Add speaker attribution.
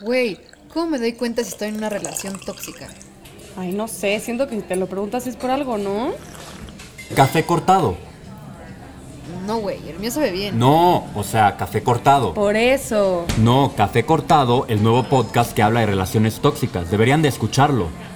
Speaker 1: Güey, ¿cómo me doy cuenta si estoy en una relación tóxica?
Speaker 2: Ay, no sé, siento que si te lo preguntas es por algo, ¿no?
Speaker 3: Café cortado.
Speaker 1: No, güey, el mío sabe bien.
Speaker 3: No, o sea, café cortado.
Speaker 2: Por eso.
Speaker 3: No, Café Cortado, el nuevo podcast que habla de relaciones tóxicas. Deberían de escucharlo.